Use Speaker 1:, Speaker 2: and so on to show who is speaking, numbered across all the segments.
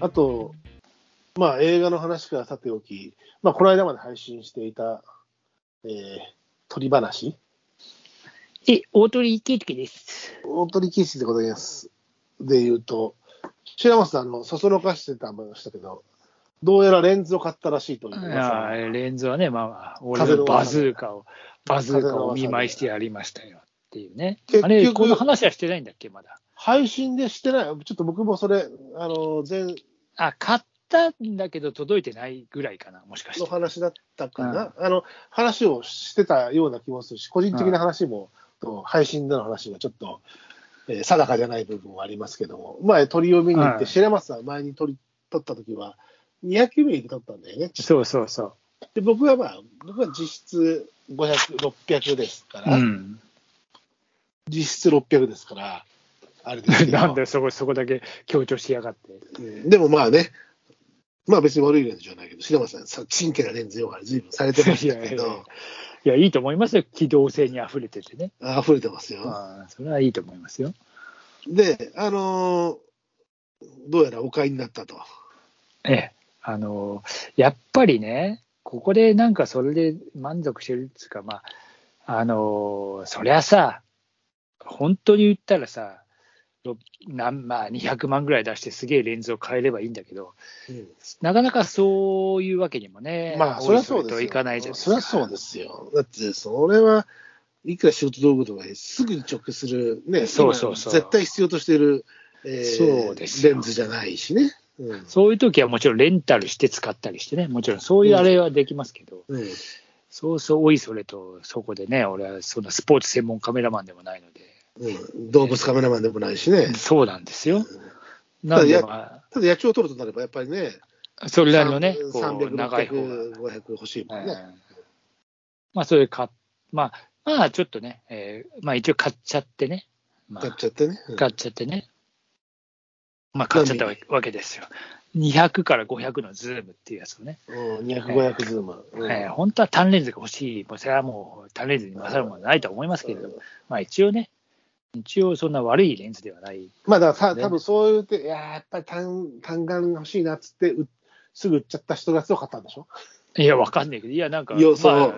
Speaker 1: あと、まあ映画の話からさておき、まあこの間まで配信していた、えー、鳥話、
Speaker 2: で、大鳥圭介です。
Speaker 1: 大鳥キスでございます。で言うと、白松さん、あの、そそのかしてたましたけど、どうやらレンズを買ったらしいという
Speaker 2: い
Speaker 1: 噂
Speaker 2: やーレンズはね、まあまあ、俺
Speaker 1: 風の
Speaker 2: の
Speaker 1: 噂
Speaker 2: バズーカを、バズーカをお見舞いしてやりましたよっていうね。
Speaker 1: 結局
Speaker 2: あれ、この話はしてないんだっけ、まだ。
Speaker 1: 配信でしてない、ちょっと僕もそれ、あの、前
Speaker 2: あ、買ったんだけど届いてないぐらいかな、もしかし
Speaker 1: の
Speaker 2: て。
Speaker 1: 話だったかな、あの、話をしてたような気もするし、個人的な話も、と配信での話がちょっと、えー定かじゃない部分はありますけども、前鳥を見に行っ
Speaker 2: は
Speaker 1: て、
Speaker 2: い
Speaker 1: 白松さん前に鳥撮った時は、200ミリで撮ったんだよね。
Speaker 2: そうそうそ
Speaker 1: で、僕はまあ、僕は実質500、600ですか
Speaker 2: う。
Speaker 1: ら、
Speaker 2: うん。
Speaker 1: 実質600ですから、あれですけど
Speaker 2: なんでそこ、そこだけ強調しやがって。
Speaker 1: うんでもまあね、まあ別に悪いレンズじゃないけど、白松さん、さ真剣なレンズ用が随分されてましたけ
Speaker 2: いやいやい
Speaker 1: ど、
Speaker 2: いや、いいと思いますよ。機動性に溢れててね。
Speaker 1: あ溢れてますよ。
Speaker 2: あーそれはいいと思いますよ。
Speaker 1: で、あのーどうやらお買いになったと。
Speaker 2: ええ、あのやっぱりね、ここでなんかそれで満足してるっていうか、まあ、あのそりゃさ、本当に言ったらさ、ろなんまあ、200万ぐらい出してすげえレンズを変えればいいんだけど、なかなかそういうわけにもね、
Speaker 1: まあ、そ
Speaker 2: お
Speaker 1: り
Speaker 2: い
Speaker 1: ゃそうですよ。
Speaker 2: といかないじゃない
Speaker 1: そりゃそうですよ。だって、それは、いくら仕事道具とかすぐに直結する、ね、
Speaker 2: そうそうそう
Speaker 1: 今絶対必要としてる、えー
Speaker 2: そうですよ
Speaker 1: レンズじゃないしね。うん
Speaker 2: そういう時はもちろんレンタルして使ったりしてね、もちろんそういうあれはできますけど、
Speaker 1: うん
Speaker 2: そうそう、おいそれと、そこでね、俺はそんなスポーツ専門カメラマンでもないので、
Speaker 1: うん動物カメラマンでもないしね。
Speaker 2: そうなんですよ。なんで、
Speaker 1: や
Speaker 2: まあ、
Speaker 1: ただ野鳥を撮るとなれば、やっぱりね、
Speaker 2: それなりのね、こ
Speaker 1: 300、
Speaker 2: う長い方が。
Speaker 1: 600、500欲しいもんね。
Speaker 2: うんまあ、それ買っ、まあ、まあ、ちょっとね、えーまあ、一応買っちゃってね。ま
Speaker 1: 買っ
Speaker 2: あ、
Speaker 1: ちゃってね。うん
Speaker 2: 買っちゃってね。まあ、買っちゃったわわけですよ。200から500のズームっていうやつをね。
Speaker 1: うん、200、500ズーム。うん
Speaker 2: えー本当は単レンズが欲しい。もうそれはもう単レンズに勝るものはないと思いますけれども、まあ、一応ね、一応そんな悪いレンズではない。
Speaker 1: まあだからさ、
Speaker 2: ね
Speaker 1: 多分そういうて、いやーやっぱり単単眼が欲しいなっつってう、すぐ売っちゃった人がそう買ったんでしょ
Speaker 2: いや、わかんないけど、いや、なんか、
Speaker 1: いやそう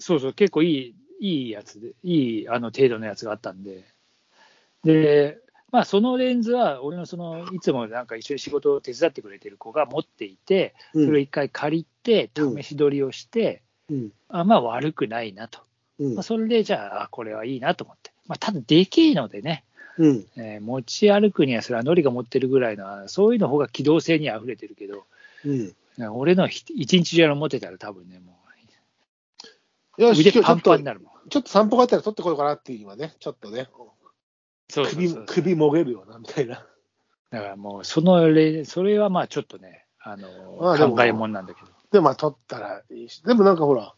Speaker 2: そうそう、結構いい、いいやつで、いい、あの、程度のやつがあったんで、で、まあ、そのレンズは、俺のその、いつもなんか一緒に仕事を手伝ってくれてる子が持っていて、
Speaker 1: う
Speaker 2: それを
Speaker 1: ん。
Speaker 2: 一回借りて、
Speaker 1: うん
Speaker 2: 試し撮りをして、
Speaker 1: うん。
Speaker 2: あまあ、悪くないなと。
Speaker 1: うん
Speaker 2: まあ、。それで、じゃあ、あこれはいいなと思って。まあ、ただ、でけえのでね、
Speaker 1: うん。
Speaker 2: えー持ち歩くには、それはノリが持ってるぐらいの、そういうの方が機動性に溢れてるけど、
Speaker 1: うん。
Speaker 2: 俺のひ一日中あの持ってたら多分ね、もう、
Speaker 1: よし、
Speaker 2: 腕
Speaker 1: 今日ち
Speaker 2: パ
Speaker 1: ょ
Speaker 2: ン
Speaker 1: っ
Speaker 2: パ
Speaker 1: と
Speaker 2: ンに、なるもん。
Speaker 1: ちょっと散歩があったら撮ってこようかなっていう今ね、ちょっとね、
Speaker 2: そうそう
Speaker 1: 首
Speaker 2: そう
Speaker 1: 首もげるよな、みたいな。
Speaker 2: だからもう、その例、それはまあちょっとね、あの
Speaker 1: あでも
Speaker 2: 考えもんなんだけど。
Speaker 1: で、まあ撮ったらいいし、でもなんかほら、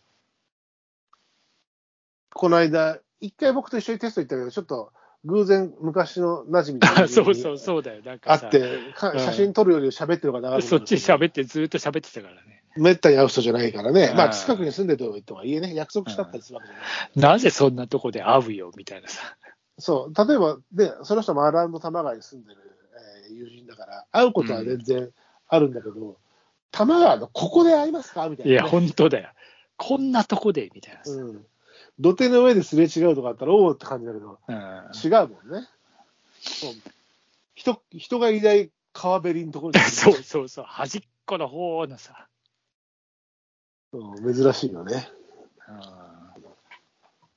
Speaker 1: この間、一回僕と一緒にテスト行ったけど、ちょっと偶然昔の馴染みの
Speaker 2: そうそう、そうだよ。なん
Speaker 1: あ
Speaker 2: かさ
Speaker 1: っ、て、か写真撮るより喋ってる方が長くなる
Speaker 2: そっち喋って、ずっと喋ってたからね。
Speaker 1: めったに会う人じゃないからね、まあ、
Speaker 2: うん
Speaker 1: 近くに住んでるとはいえね、約束したったりするわけじゃない。
Speaker 2: なぜそんなとこで会うよ、みたいなさ。
Speaker 1: そう、例えば、で、その人もアラウンド多摩川に住んでる、えー友人だから、会うことは全然あるんだけど、多摩川のここで会いますかみたい
Speaker 2: い
Speaker 1: な、
Speaker 2: や、本当だよ。こんなとこで、みたいなさ。
Speaker 1: うん。土手の上ですれ違うとかあったら、おおって感じだけど、
Speaker 2: うん
Speaker 1: 違うもんね。そう人人がいない川べりのところに
Speaker 2: そうそうそう、端っこの方のさ。
Speaker 1: そう珍しいよね。
Speaker 2: うん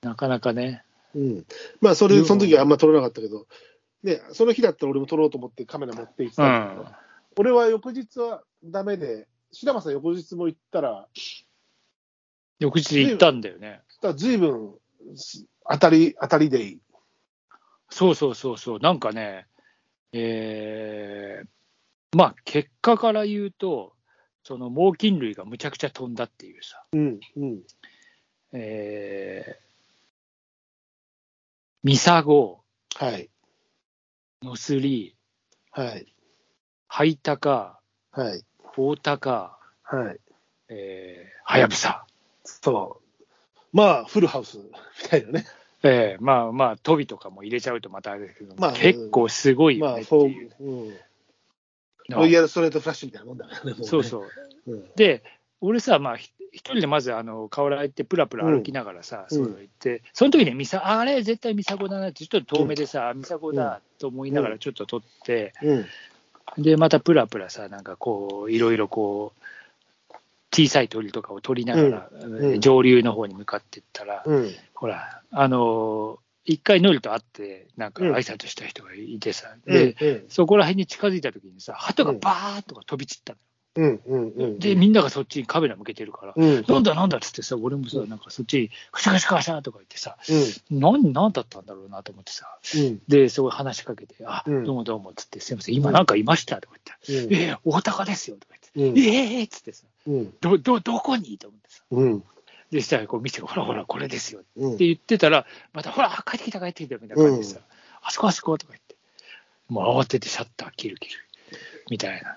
Speaker 2: なかなかね。
Speaker 1: うん、まあ、それ、その時はあんま撮れなかったけど、ね、その日だったら俺も撮ろうと思ってカメラ持って行ってたんだけど、俺は翌日はダメで、白間さん翌日も行ったら、
Speaker 2: 翌日行ったんだよね。
Speaker 1: ずいぶん当たり、当たりでいい。
Speaker 2: そうそうそうそう、なんかね、えーまあ結果から言うと、その猛禽類がむちゃくちゃ飛んだっていうさ、
Speaker 1: うん、うん、
Speaker 2: えーミサゴ、
Speaker 1: はい、
Speaker 2: ノスリ、
Speaker 1: はい、
Speaker 2: ハイタカ、
Speaker 1: はい、
Speaker 2: オオタカ、
Speaker 1: はい。
Speaker 2: えーハヤブサ、
Speaker 1: そう。まあ、フルハウスみたいなね。
Speaker 2: えーまあまあ、トビとかも入れちゃうとまたあれですけども、
Speaker 1: まあ
Speaker 2: 結構すごい
Speaker 1: ま
Speaker 2: よ
Speaker 1: あ、
Speaker 2: ねって
Speaker 1: フ
Speaker 2: いう
Speaker 1: ォー、うん、ロイヤルストレートフラッシュみたいなもんだからね、もね
Speaker 2: そうそう。
Speaker 1: うん。
Speaker 2: で、俺さ、まあ、ひ一人でまず、あの、河原行って、プラプラ歩きながらさ、
Speaker 1: うん
Speaker 2: そういうの行って、その時ね、ミサ、ああれ、絶対ミサゴだなって、ちょっと遠目でさ、ミサゴだと思いながらちょっと撮って、
Speaker 1: うん。
Speaker 2: で、またプラプラさ、なんかこう、いろいろこう、小さい鳥とかを撮りながら、
Speaker 1: うん
Speaker 2: 上流の方に向かっていったら、
Speaker 1: うん。
Speaker 2: ほら、あのー一回ノリと会って、なんか挨拶した人がいてさ、
Speaker 1: うん
Speaker 2: で、そこら辺に近づいた時にさ、鳩がバーッとか飛び散った
Speaker 1: う
Speaker 2: の、
Speaker 1: ん。うん。うん。
Speaker 2: で、みんながそっちにカメラ向けてるから、
Speaker 1: うん。うん。
Speaker 2: なんだなんだっつってさ、俺もさ、なんかそっちにカシャカシャカシャとか言ってさ、
Speaker 1: うん。
Speaker 2: 何、何だったんだろうなと思ってさ、
Speaker 1: うん。
Speaker 2: で、そこ話しかけて、あ、
Speaker 1: うん
Speaker 2: どうもどうもっつって、すいません、今なんかいましたとか言って、ええ大高ですよとか言って、ええっつってさ、
Speaker 1: うん。
Speaker 2: ど、ど、どこにと思ってさ、
Speaker 1: うん。
Speaker 2: で、したらこう見て、ほらほら、これですよ
Speaker 1: うん
Speaker 2: って。言ってたら、またほら、帰ってきた、帰ってきたみたいな感じでさ、
Speaker 1: うん
Speaker 2: あそこ、あそことか言って、もう慌ててシャッター切る切るみたいな。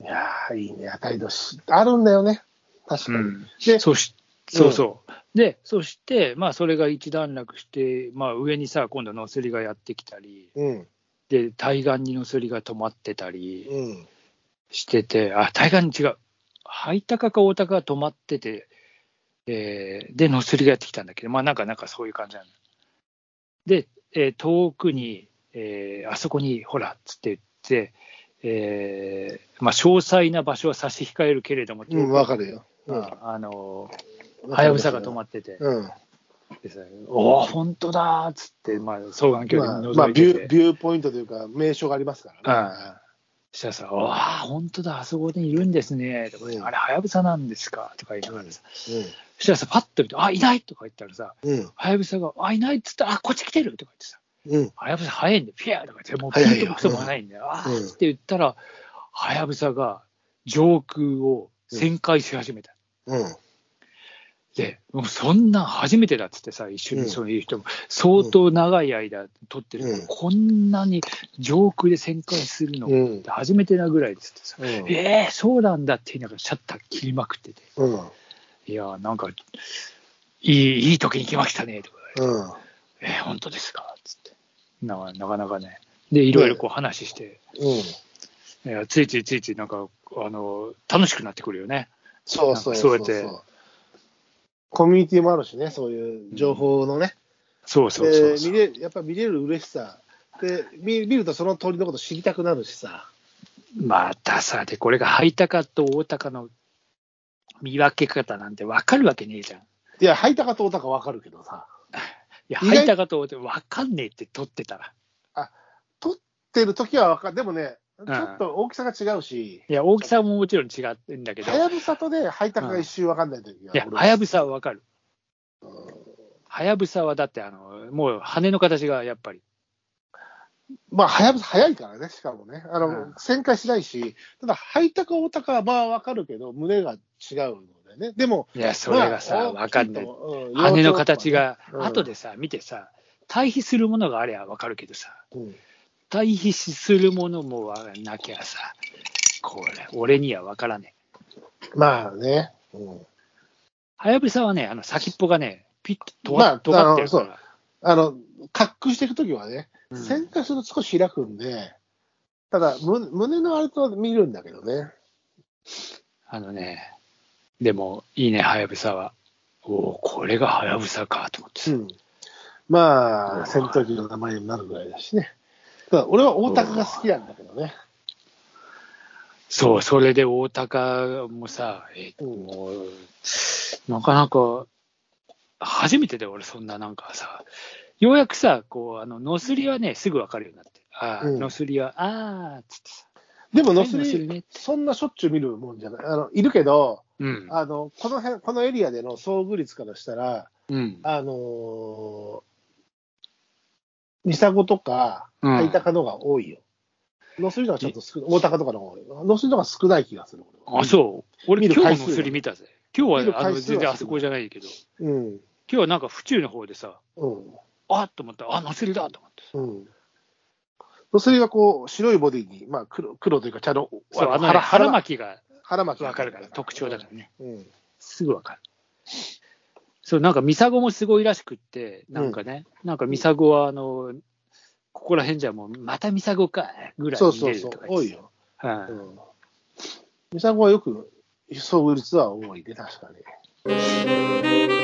Speaker 1: いやー、いいね、当たり年。あるんだよね、確かに。で、
Speaker 2: そしそうそう、で、そして、まあ、それが一段落して、まあ、上にさ、今度、のすりがやってきたり、
Speaker 1: うん、
Speaker 2: で、対岸にのすりが止まってたり
Speaker 1: うん、
Speaker 2: してて、あ、対岸に違う、ハイタカかオタカが止まってて、えーで、のすりがやってきたんだけど、まあ、なんか、なんかそういう感じなの。で、えー遠くに、えーあそこに、ほら、つって言って、えーまあ、詳細な場所は差し控えるけれども、
Speaker 1: うん、わかるよ。
Speaker 2: ああの
Speaker 1: うん
Speaker 2: はやぶさが止まってて、
Speaker 1: うん、
Speaker 2: でさおお、本当だーっつって、まあ、双眼鏡
Speaker 1: まあ
Speaker 2: で、
Speaker 1: まあ
Speaker 2: 覗
Speaker 1: ビ
Speaker 2: いて
Speaker 1: ュー、
Speaker 2: て、
Speaker 1: ビューポイントというか、名所がありますからね。
Speaker 2: そしたらさ、わあ、本当だ、あそこにいるんですね、とか
Speaker 1: うん
Speaker 2: あれ、はやぶさなんですかとか言いながらさ、
Speaker 1: う
Speaker 2: そしたらさ、パッと見て、あいないとか言ったらさ、
Speaker 1: ん、
Speaker 2: はやぶさが、あいないっつって、あこっち来てるとか言ってさ、
Speaker 1: うん、うん、
Speaker 2: はやぶさ早いんで、ピューとか言って、もうピ
Speaker 1: 早いよ
Speaker 2: ューともクソもないんで、あ
Speaker 1: うん
Speaker 2: ーっつって言ったら、はやぶさが上空を旋回し始めた。
Speaker 1: うん、
Speaker 2: で、もうそんなん初めてだっつってさ、一緒
Speaker 1: うん
Speaker 2: にそういう人も、相当長い間撮ってる、
Speaker 1: うん
Speaker 2: こんなに上空で旋回するの
Speaker 1: う
Speaker 2: っ
Speaker 1: ん
Speaker 2: て、初めてなぐらいですってさ、
Speaker 1: うん
Speaker 2: えー、そうなんだって言いながらシャッター切りまくってて、
Speaker 1: うん、
Speaker 2: いやー、なんか、いい、いい時に来ましたね、とか、
Speaker 1: うん、
Speaker 2: えー、本当ですか、つって。なかなかなかね。で、いろいろこう話して、
Speaker 1: うん。
Speaker 2: いやついついついついなんか、あの、楽しくなってくるよね。
Speaker 1: そうそう
Speaker 2: そ
Speaker 1: そう
Speaker 2: うやっ
Speaker 1: そ
Speaker 2: て
Speaker 1: う。コミュニティもあるしね、そういう情報のね。
Speaker 2: そうそうそ
Speaker 1: で
Speaker 2: うそう。
Speaker 1: 見れやっぱ見れる嬉しさ。で見見るとその鳥のこと知りたくなるしさ。
Speaker 2: またさ、で、これがハイタカとオオタカの見分け方なんて分かるわけねえじゃん。い
Speaker 1: いや、ハイタカとオタカわかるけどさ。
Speaker 2: や、
Speaker 1: 意
Speaker 2: ハ
Speaker 1: 外
Speaker 2: イタカとオオタカ分かんねえって撮ってたら。
Speaker 1: 撮ってる時はわかる。でもね、
Speaker 2: ん
Speaker 1: ちょっと大きさが違うし、
Speaker 2: いや、大きさももちろん違うんだけど、
Speaker 1: はやぶさとでハイタカが一周わかんない時が
Speaker 2: いや、
Speaker 1: 俺は
Speaker 2: はやぶさは分かる。はやぶさはだって、あの、もう羽の形がやっぱり。
Speaker 1: まあ、はやぶさ早いからね、しかもね。あの、
Speaker 2: うん
Speaker 1: 旋回しないし、ただ、ハイタカオタカはまあわかるけど、胸が違うのでね。でも、
Speaker 2: いや、それが
Speaker 1: ま
Speaker 2: さ、
Speaker 1: あ
Speaker 2: 分かんない。
Speaker 1: う
Speaker 2: 羽の形。が
Speaker 1: う、ん
Speaker 2: 後でさ、見てさ、対比するものがあれば分かるけどさ、
Speaker 1: 幼鳥とかね
Speaker 2: 対比するものもなきゃさ、これ、俺には分からねえ。
Speaker 1: うんまあね。うん
Speaker 2: はやぶさはね、あの先っぽがね、ピッと
Speaker 1: まあ
Speaker 2: 尖尖ってるか
Speaker 1: あの
Speaker 2: ら、
Speaker 1: あの、滑空していくときはね、
Speaker 2: うん
Speaker 1: 旋回すると少し開くんで、ただ、む胸のあれと見るんだけどね。
Speaker 2: あのね、でもいいね、はやぶさは。おお、これがはやぶさかと思って
Speaker 1: う
Speaker 2: さ、
Speaker 1: ん。まあ、戦闘機の名前になるぐらいだしね。ただ、俺は大高が好きなんだけどね。
Speaker 2: そう、それで大高もさ、え
Speaker 1: うん
Speaker 2: もう、なかなか、初めてで俺、そんななんかさ、ようやくさ、こう、あの、ノスリはね、すぐ分かるようになって、ああ、
Speaker 1: うん
Speaker 2: ノスリは、ああ、つってさ、
Speaker 1: でも、ノス
Speaker 2: ノス
Speaker 1: リ
Speaker 2: リ、ね
Speaker 1: そんなしょっちゅう見るもんじゃない。あの、いるけど、
Speaker 2: うん、
Speaker 1: あの、この辺、このエリアでの遭遇率からしたら、
Speaker 2: うん、
Speaker 1: あのー、ミサゴとか、
Speaker 2: うん
Speaker 1: ハイタカのが多いよ。ノスリのがちょっと少ない、大高とかの方が多いよ。ノスリのが少ない気がする。
Speaker 2: あ、そう、俺、
Speaker 1: 見る
Speaker 2: 今
Speaker 1: 回
Speaker 2: 日
Speaker 1: 数
Speaker 2: の
Speaker 1: が
Speaker 2: ノスリ見たぜ。今
Speaker 1: 見
Speaker 2: 日
Speaker 1: る
Speaker 2: は、あ
Speaker 1: 回数
Speaker 2: の、
Speaker 1: は
Speaker 2: 全然あそこじゃないけど。
Speaker 1: う。うん。
Speaker 2: 今日はなんか府中の方でさ、
Speaker 1: うん。
Speaker 2: あっと思った、あ、ノスリだと思って。
Speaker 1: うん。ノスリはこう、白いボディに、まあ黒、黒というか茶の、
Speaker 2: そう、
Speaker 1: 腹
Speaker 2: あの、ね、腹
Speaker 1: 腹
Speaker 2: 巻きが
Speaker 1: 腹巻き。
Speaker 2: 分かるから、特徴だからね。
Speaker 1: うん。
Speaker 2: すぐ分かる。そう、なんかミサゴもすごいらしくって、なんかね、なんかミサゴはあの、ここら辺じゃもう、またミサゴか、ぐらい
Speaker 1: そう
Speaker 2: に
Speaker 1: そ
Speaker 2: 出
Speaker 1: う
Speaker 2: る
Speaker 1: そう
Speaker 2: とか、言っ
Speaker 1: 多
Speaker 2: て
Speaker 1: いよ。
Speaker 2: は
Speaker 1: う
Speaker 2: い
Speaker 1: ん。ミサゴはよく遭遇率は多いね、確かに。